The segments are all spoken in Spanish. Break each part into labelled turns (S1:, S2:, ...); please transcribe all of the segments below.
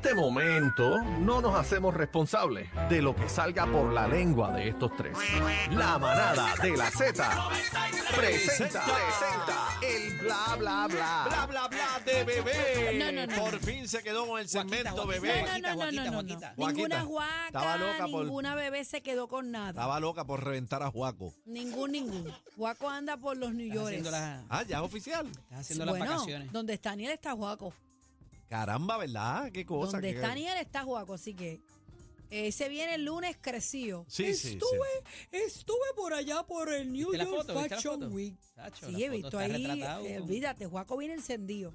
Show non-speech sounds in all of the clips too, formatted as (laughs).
S1: este momento no nos hacemos responsables de lo que salga por la lengua de estos tres. La manada de la Z presenta, presenta el bla bla bla.
S2: Bla, bla, bla de bebé.
S3: No, no, no.
S2: Por fin se quedó con el segmento
S4: Guaquita, guaquita,
S2: bebé.
S3: No, no, no, no, no,
S4: Joaquita,
S3: no.
S4: Joaquita.
S2: Joaquita.
S3: Ninguna guaca,
S2: Estaba loca por-
S3: ninguna bebé se quedó con nada.
S2: Estaba loca por reventar a Juaco.
S3: Ningún, ningún. Guaco anda por los New
S4: Estás
S3: York.
S4: haciendo, las,
S2: Ah, ya es oficial.
S4: estás haciendo las
S3: bueno,
S4: vacaciones.
S3: donde está Niel está Guaco.
S2: Caramba, ¿verdad? Qué cosa.
S3: Donde
S2: qué-
S3: está Niel está Guaco, así que eh, se viene el lunes crecido.
S2: Sí, sí,
S3: estuve, estuve por allá por el New
S4: ¿Viste la
S3: York
S4: foto? ¿Viste la
S3: Fashion
S4: foto?
S3: Week.
S4: Tacho, la
S3: Sí, he
S4: foto
S3: visto
S4: está uh.
S3: ahí.
S4: retratado.
S3: eh, olvídate, Guaco viene encendido.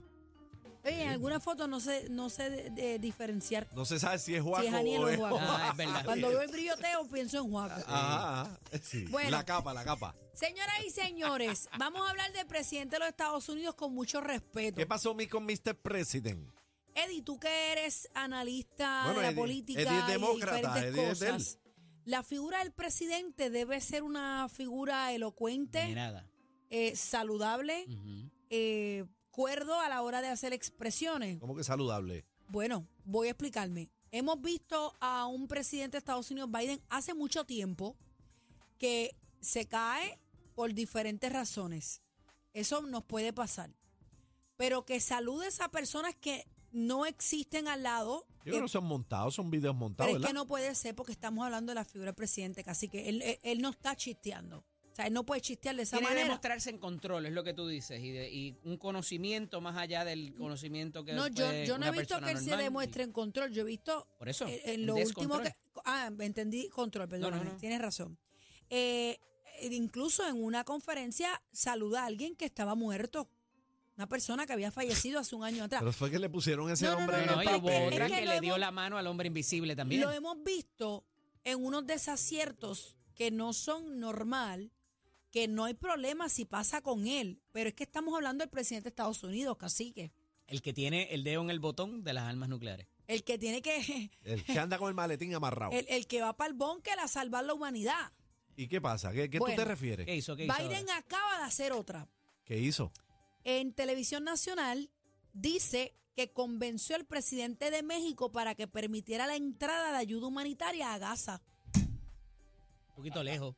S3: Oye, en alguna foto no sé, no sé de- de diferenciar
S2: No se sabe si es Juaco
S3: si es Aniel
S2: o
S3: o
S2: es (laughs)
S3: Juaco.
S4: Ah, es Ah, verdad.
S3: Cuando veo el brilloteo pienso en Juaco.
S2: Ajá, ajá. Sí.
S3: Bueno.
S2: Ah, La capa, la capa.
S3: Señoras
S2: (laughs)
S3: y señores, vamos a hablar del presidente de los Estados Unidos con mucho respeto.
S2: ¿Qué pasó mi con Mr. President?
S3: Eddie, tú que eres analista
S2: Bueno,
S3: de la
S2: Eddie-
S3: política
S2: Eddie es
S3: y de
S2: demócrata,
S3: diferentes
S2: Eddie es de él.
S3: cosas, la figura del presidente debe ser una figura
S4: Ni
S3: elocuente,
S4: nada.
S3: eh, saludable,
S2: Mm.
S4: Ujú.
S3: eh, cuerdo a la hora de hacer expresiones.
S2: ¿Cómo que saludable?
S3: Bueno, voy a explicarme. Hemos visto a un presidente de Estados Unidos, Biden, hace mucho tiempo que se cae por diferentes razones. Eso nos puede pasar. Pero que saludes a personas que no existen al lado.
S2: Yo creo
S3: eh,
S2: que son montados, son videos montados,
S3: pero es
S2: ¿verdad?
S3: que no puede ser porque estamos hablando de la figura del presidente. Así que él, él- él no está chisteando. O sea, él no puede chistear de esa
S4: Tiene que
S3: manera.
S4: mostrarse en control, es lo que tú dices, y, de- y un conocimiento más allá del conocimiento que
S3: No, yo,
S4: puede
S3: yo no he
S4: una
S3: visto
S4: persona
S3: que él se
S4: normal.
S3: demuestre en control. Yo he visto
S4: Por eso,
S3: Eh, en
S4: el
S3: lo último
S4: descontrol.
S3: que. Ah, entendí, control, perdóname,
S4: no, no.
S3: tienes razón. Eh, eh, incluso en una conferencia saluda a alguien que estaba muerto, una persona que había fallecido hace un año atrás.
S2: Pero fue que le pusieron ese
S3: No, no,
S2: nombre.
S4: No, no,
S2: en el
S4: y
S3: pero
S2: papel.
S4: hubo
S3: es que-
S4: otra
S3: es
S4: que,
S3: que
S4: le
S3: lo
S4: dio
S3: hemos-
S4: la mano al hombre invisible también.
S3: Lo hemos visto en unos desaciertos que no son normal, que no hay problema si pasa con él, pero es que estamos hablando del presidente de Estados Unidos, cacique,
S4: El que tiene el dedo en el botón de las armas nucleares.
S3: el que tiene que, (laughs)
S2: El que anda con el maletín amarrado.
S3: el, el que va para el búnker a salvar la humanidad.
S2: ¿Y qué pasa? ¿Qué, qué
S3: Bueno. Eh,
S2: tú te refieres?
S4: ¿Qué hizo? ¿Qué hizo?
S3: Biden
S4: ahora?
S3: acaba de hacer otra.
S2: ¿Qué hizo?
S3: en televisión nacional dice que convenció al presidente de México para que permitiera la entrada de ayuda humanitaria a Gaza.
S4: Un poquito
S3: (laughs)
S4: lejos.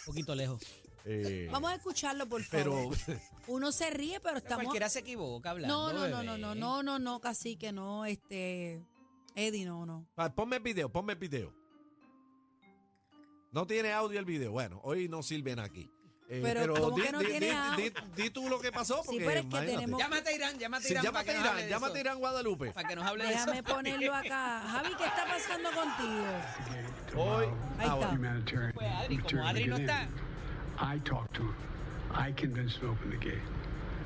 S4: Un poquito lejos.
S2: Eh,
S3: Vamos a escucharlo, por
S2: pero
S3: favor. Uno se ríe, pero estamos...
S4: Cualquiera se equivoca
S3: No,
S4: hablando.
S3: no, no, no,
S4: bebé.
S3: no, no, no, no, casi que no, este... Eddie, no, no.
S2: Ah, Ponme el video, ponme el video. No tiene audio el video. Bueno, hoy no sirven aquí. Eh,
S3: Pero ¿cómo que no tiene audio?
S2: di tú lo que pasó. Porque,
S3: pero es que
S2: imagínate.
S3: tenemos-
S4: Llámate a Irán, llámate a
S2: Sí,
S4: Irán. para
S2: llámate
S4: que
S2: a
S4: nos hable
S2: Irán,
S4: de
S2: llámate a
S4: eso.
S2: Irán pues. Guadalupe.
S4: Para que nos hable de eso.
S3: Déjame ponerlo acá. Javi, ¿qué está pasando contigo?
S2: Hoy,
S3: Ahí
S2: ah,
S3: está.
S5: humanitarian
S4: Pues, Adri, como
S5: return to
S4: Adri no
S5: get in.
S4: está.
S5: I talked to him. I convinced him to open the gate.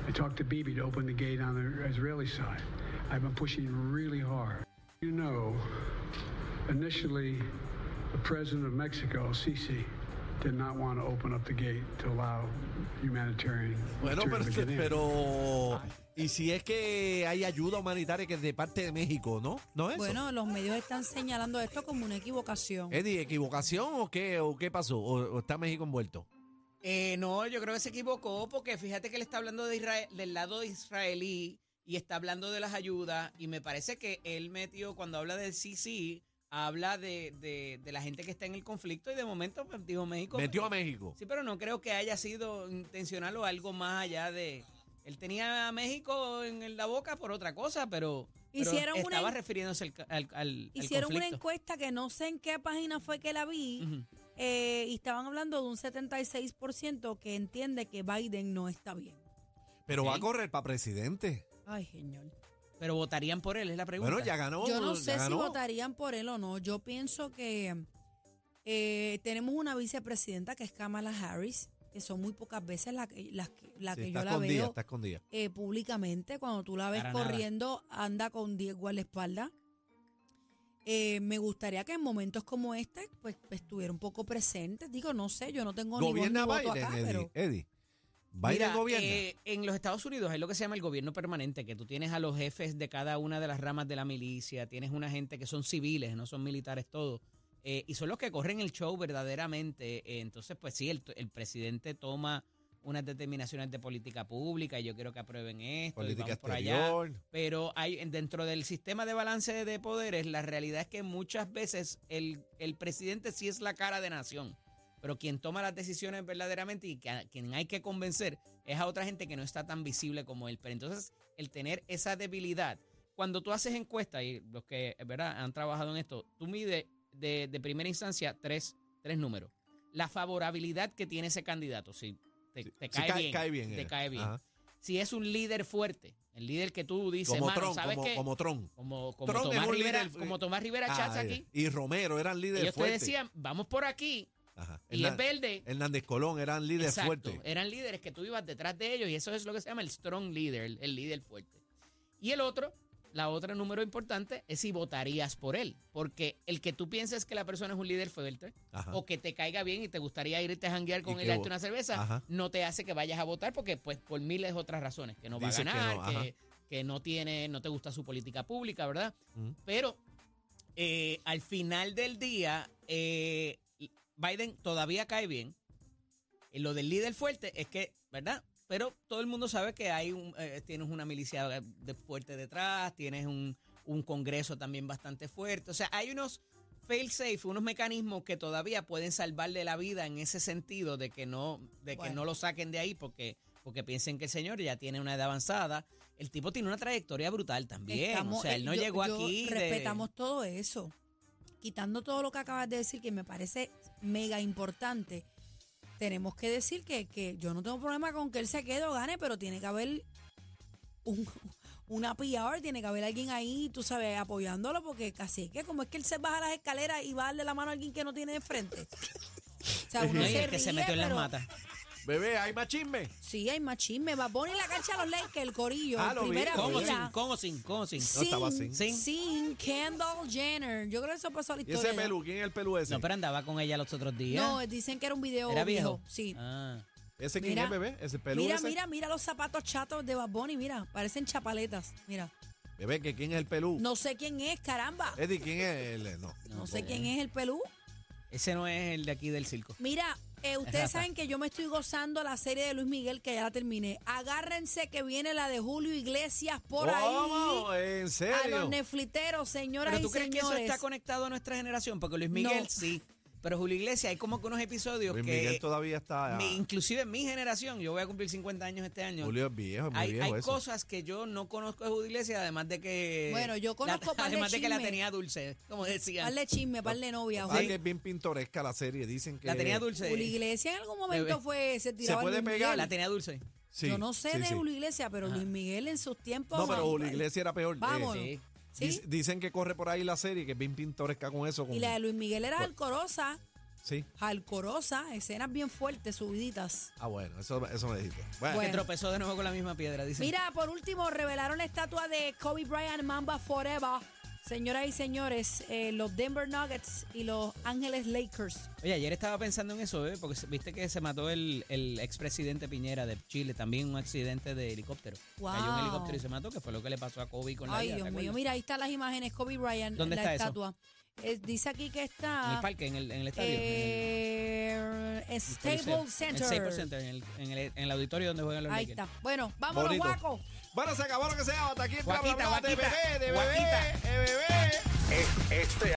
S5: I talked to Bibi to open the gate on the Israeli side. I've been pushing really hard. You know, initially, the president of Mexico, Sisi, did not want to open up the gate to allow humanitarian
S2: bueno,
S5: return
S2: pero,
S5: to get in.
S2: pero- Y si es que hay ayuda humanitaria que es de parte de México, ¿no? ¿No es eso?
S3: Bueno, los medios están señalando esto como una equivocación.
S2: Eddie, ¿equivocación o qué, o qué pasó? ¿O, o está México envuelto?
S4: Eh, no, yo creo que se equivocó porque fíjate que él está hablando de Israel- del lado israelí y está hablando de las ayudas y me parece que él metió, cuando habla del Sisi, habla de, de- de la gente que está en el conflicto y de momento pues, dijo México.
S2: Metió a México.
S4: Sí, pero no creo que haya sido intencional o algo más allá de... Él tenía a México en la boca por otra cosa, pero, pero
S3: Hicieron una
S4: estaba
S3: en-
S4: refiriéndose al, ca- al- al- al
S3: Hicieron una
S4: conflicto.
S3: encuesta que no sé en qué página fue que la vi.
S4: Ujú.
S3: Eh, y estaban hablando de un 76% que entiende que Biden no está bien.
S2: Pero va a
S4: Sí.
S2: correr para presidente.
S3: Ay, señor.
S4: Pero votarían por él, es la pregunta.
S2: Bueno, ya ganó.
S3: Yo no
S2: ya
S3: sé si
S2: ganó.
S3: votarían por él o no. Yo pienso que eh, tenemos una vicepresidenta que es Kamala Harris, que son muy pocas veces la que- las que, la
S2: Sí,
S3: que
S2: está
S3: yo la
S2: escondida,
S3: veo
S2: está escondida.
S3: eh, públicamente. Cuando tú la ves
S4: Para nada.
S3: corriendo, anda con 10 guardaespaldas. Eh, me gustaría que en momentos como este, pues estuviera un poco presente. Digo, no sé, yo no tengo ni voz
S2: gobierna
S3: ni voto
S2: Biden,
S3: acá,
S2: Eddie,
S3: pero-
S2: Eddie. Biden
S4: Mira,
S2: gobierna.
S4: eh, en los Estados Unidos hay lo que se llama el gobierno permanente, que tú tienes a los jefes de cada una de las ramas de la milicia, tienes una gente que son civiles, no son militares todos, eh, y son los que corren el show verdaderamente. Eh, entonces, pues sí, el, el presidente toma unas determinaciones de política pública y yo quiero que aprueben esto y
S2: Política
S4: vamos por allá.
S2: exterior.
S4: Pero hay dentro del sistema de balance de poderes, la realidad es que muchas veces el, el presidente sí es la cara de nación, pero quien toma las decisiones verdaderamente y que a quien hay que convencer es a otra gente que no está tan visible como él. Pero entonces, el tener esa debilidad, cuando tú haces encuestas, y los que ¿verdad? han trabajado en esto, tú mides de, de primera instancia tres, tres números. La favorabilidad que tiene ese candidato, si te, te
S2: Sí,
S4: cae, bien, te
S2: eh.
S4: cae bien
S2: Ajá.
S4: si es un líder fuerte, el líder que tú dices,
S2: Como
S4: mano,
S2: Tron,
S4: ¿sabes
S2: como,
S4: qué?
S2: como Tron.
S4: Como, como
S2: Trump es
S4: Tomás
S2: un
S4: Rivera,
S2: líder, eh,
S4: como Tomás Rivera
S2: Ah,
S4: Chats
S2: ya.
S4: aquí.
S2: Y Romero eran líderes
S4: Ellos te
S2: fuertes.
S4: decían, vamos por aquí,
S2: Ajá.
S4: y es
S2: Hernan-
S4: verde.
S2: Hernández Colón eran líderes
S4: Exacto, eh,
S2: fuertes.
S4: eran líderes que tú ibas detrás de ellos y eso es lo que se llama el strong leader, el, el líder fuerte. Y el otro, la otra número importante es si votarías por él, porque el que tú pienses que la persona es un líder fuerte
S2: Ajá.
S4: o que te caiga bien y te gustaría irte a janguear con
S2: Y
S4: él y
S2: que
S4: darte
S2: vo-
S4: una cerveza,
S2: Ajá.
S4: no te hace que vayas a votar porque pues por miles de otras razones, que no va
S2: Dice que
S4: a ganar,
S2: no,
S4: que
S2: ajá.
S4: que no, tiene, no te gusta su política pública, ¿verdad?
S2: Mm.
S4: Pero eh, al final del día, eh, Biden todavía cae bien. Eh, Lo del líder fuerte es que, ¿verdad? Pero todo el mundo sabe que hay un, eh, tienes una milicia de- fuerte detrás, tienes un, un Congreso también bastante fuerte. O sea, hay unos fail safe, unos mecanismos que todavía pueden salvarle la vida en ese sentido de que no, de que
S3: Bueno.
S4: no lo saquen de ahí porque, porque piensen que el señor ya tiene una edad avanzada. El tipo tiene una trayectoria brutal también. o
S3: Estamos-
S4: sea, él
S3: eh,
S4: no
S3: yo-
S4: llegó
S3: yo
S4: aquí. de-
S3: Respetamos todo eso. Quitando todo lo que acabas de decir, que me parece mega importante, tenemos que decir que, que yo no tengo problema con que él se quede o gane, pero tiene que haber un, una PR, tiene que haber alguien ahí, tú sabes, apoyándolo, porque casi que como es que él se baja las escaleras y va a darle la mano a alguien que no tiene de frente. O sea, uno
S4: (laughs) No, y
S3: se
S4: el que se
S3: ríe,
S4: metió en las
S3: pero
S4: matas.
S2: Bebé, hay más chisme.
S3: Sí, hay más chisme. Va a poner la cancha a los Lakers, el corillo,
S2: Ah,
S3: en
S2: lo vi,
S3: primera
S2: lo vi.
S4: ¿Cómo
S2: Mira.
S4: sin?
S3: fila.
S4: ¿Cómo sin? ¿Cómo sin?
S2: No, estaba sin.
S4: Sin.
S3: sin Kendall Jenner. Yo creo que eso pasó a la
S2: ¿Y
S3: historia.
S2: ese
S3: ya.
S2: pelú? ¿Quién es el pelú ese?
S4: No, pero andaba con ella los otros días.
S3: No, eh, dicen que era un video
S4: ¿Era viejo?
S3: Sí.
S4: Ah.
S2: ¿Ese quién
S3: Mira.
S2: es, bebé? ¿Ese pelú
S3: mira,
S2: ese?
S3: mira, mira los zapatos chatos de Bad Bunny, mira, parecen chapaletas, mira.
S2: Bebé, ¿que ¿quién es el pelú?
S3: No sé quién es, caramba.
S2: Eddie, ¿quién es el? Eh, No.
S3: No sé quién es el pelú.
S4: Ese no es el de aquí del circo.
S3: Mira, eh, ustedes
S4: Rafa.
S3: saben que yo me estoy gozando la serie de Luis Miguel que ya la terminé. Agárrense que viene la de Julio Iglesias por
S2: ¿Cómo?
S3: ahí.
S2: ¿En
S3: A
S2: serio?
S3: los nefliteros, señoras
S4: Pero tú
S3: y
S4: crees que
S3: señores.
S4: eso está conectado a nuestra generación, porque Luis Miguel
S3: No.
S4: sí, pero Julio Iglesias hay como que unos episodios
S2: Luis
S4: que
S2: Miguel todavía está...
S4: mi- inclusive en mi generación, yo voy a cumplir 50 años este año.
S2: Julio es viejo, es muy
S4: hay
S2: viejo
S4: hay
S2: eso.
S4: cosas que yo no conozco de Julio Iglesias, además de que
S3: Bueno, yo
S4: (laughs)
S3: conozco
S4: la,
S3: par de
S4: además de que la
S3: chismes.
S4: tenía dulce, como decían.
S3: Parle chisme, parle novia.
S2: Ah,
S3: Julio.
S2: que es bien pintoresca la serie, dicen que...
S4: la tenía dulce.
S3: Julio Iglesias en algún momento
S4: Bebé.
S3: fue, se tiraba a
S2: puede
S3: Luis
S2: pegar?
S3: Miguel.
S4: La tenía dulce.
S2: Sí,
S3: Yo no sé
S2: sí,
S3: de
S2: sí.
S3: Julio Iglesias, pero
S4: Ajá.
S3: Luis Miguel en sus tiempos.
S2: No, pero
S3: man,
S2: Julio Iglesias era peor. eh,
S3: Vámonos.
S4: Sí.
S3: ¿sí?
S2: dic- Dicen que corre por ahí la serie, que es bien pintoresca con eso. Con,
S3: Y la de Luis Miguel era alcorosa,
S2: Sí.
S3: alcorosa, escenas bien fuertes, subiditas.
S2: Ah, bueno, eso, eso me dijiste. Bueno,
S4: Que
S3: Bueno.
S4: tropezó de nuevo con la misma piedra, dice.
S3: Mira, por último, revelaron la estatua de Kobe Bryant Mamba Forever. Señoras y señores, eh, los Denver Nuggets y los Ángeles Lakers.
S4: Oye, ayer estaba pensando en eso, ¿eh? porque se- viste que se mató el, el expresidente Piñera de Chile, también un accidente de helicóptero. Cayó un
S3: Wow.
S4: helicóptero y se mató, que fue lo que le pasó a Kobe con la
S3: Ay,
S4: vida, ¿te
S3: Dios mío,
S4: acuerdas?
S3: mira, ahí están las imágenes, Kobe Bryant,
S4: ¿Dónde
S3: la
S4: está eso?
S3: estatua. Eh, dice aquí que
S4: En el
S3: está
S4: parque, en el, en el estadio. en el-
S3: eh,
S4: el Coliseo.
S3: Staples Center.
S4: En el Staples Center, en el, en el- en el auditorio donde juegan los
S3: Ahí
S4: Lakers.
S3: está. Bueno, vámonos,
S2: Bonito.
S3: guaco.
S2: bueno, se acabó lo que sea. Hasta aquí el bla, bla,
S4: Guaquita,
S2: bla de
S4: guaquita,
S2: bebé, de bebé,
S4: guaquita.
S2: de bebé.
S1: Es- Este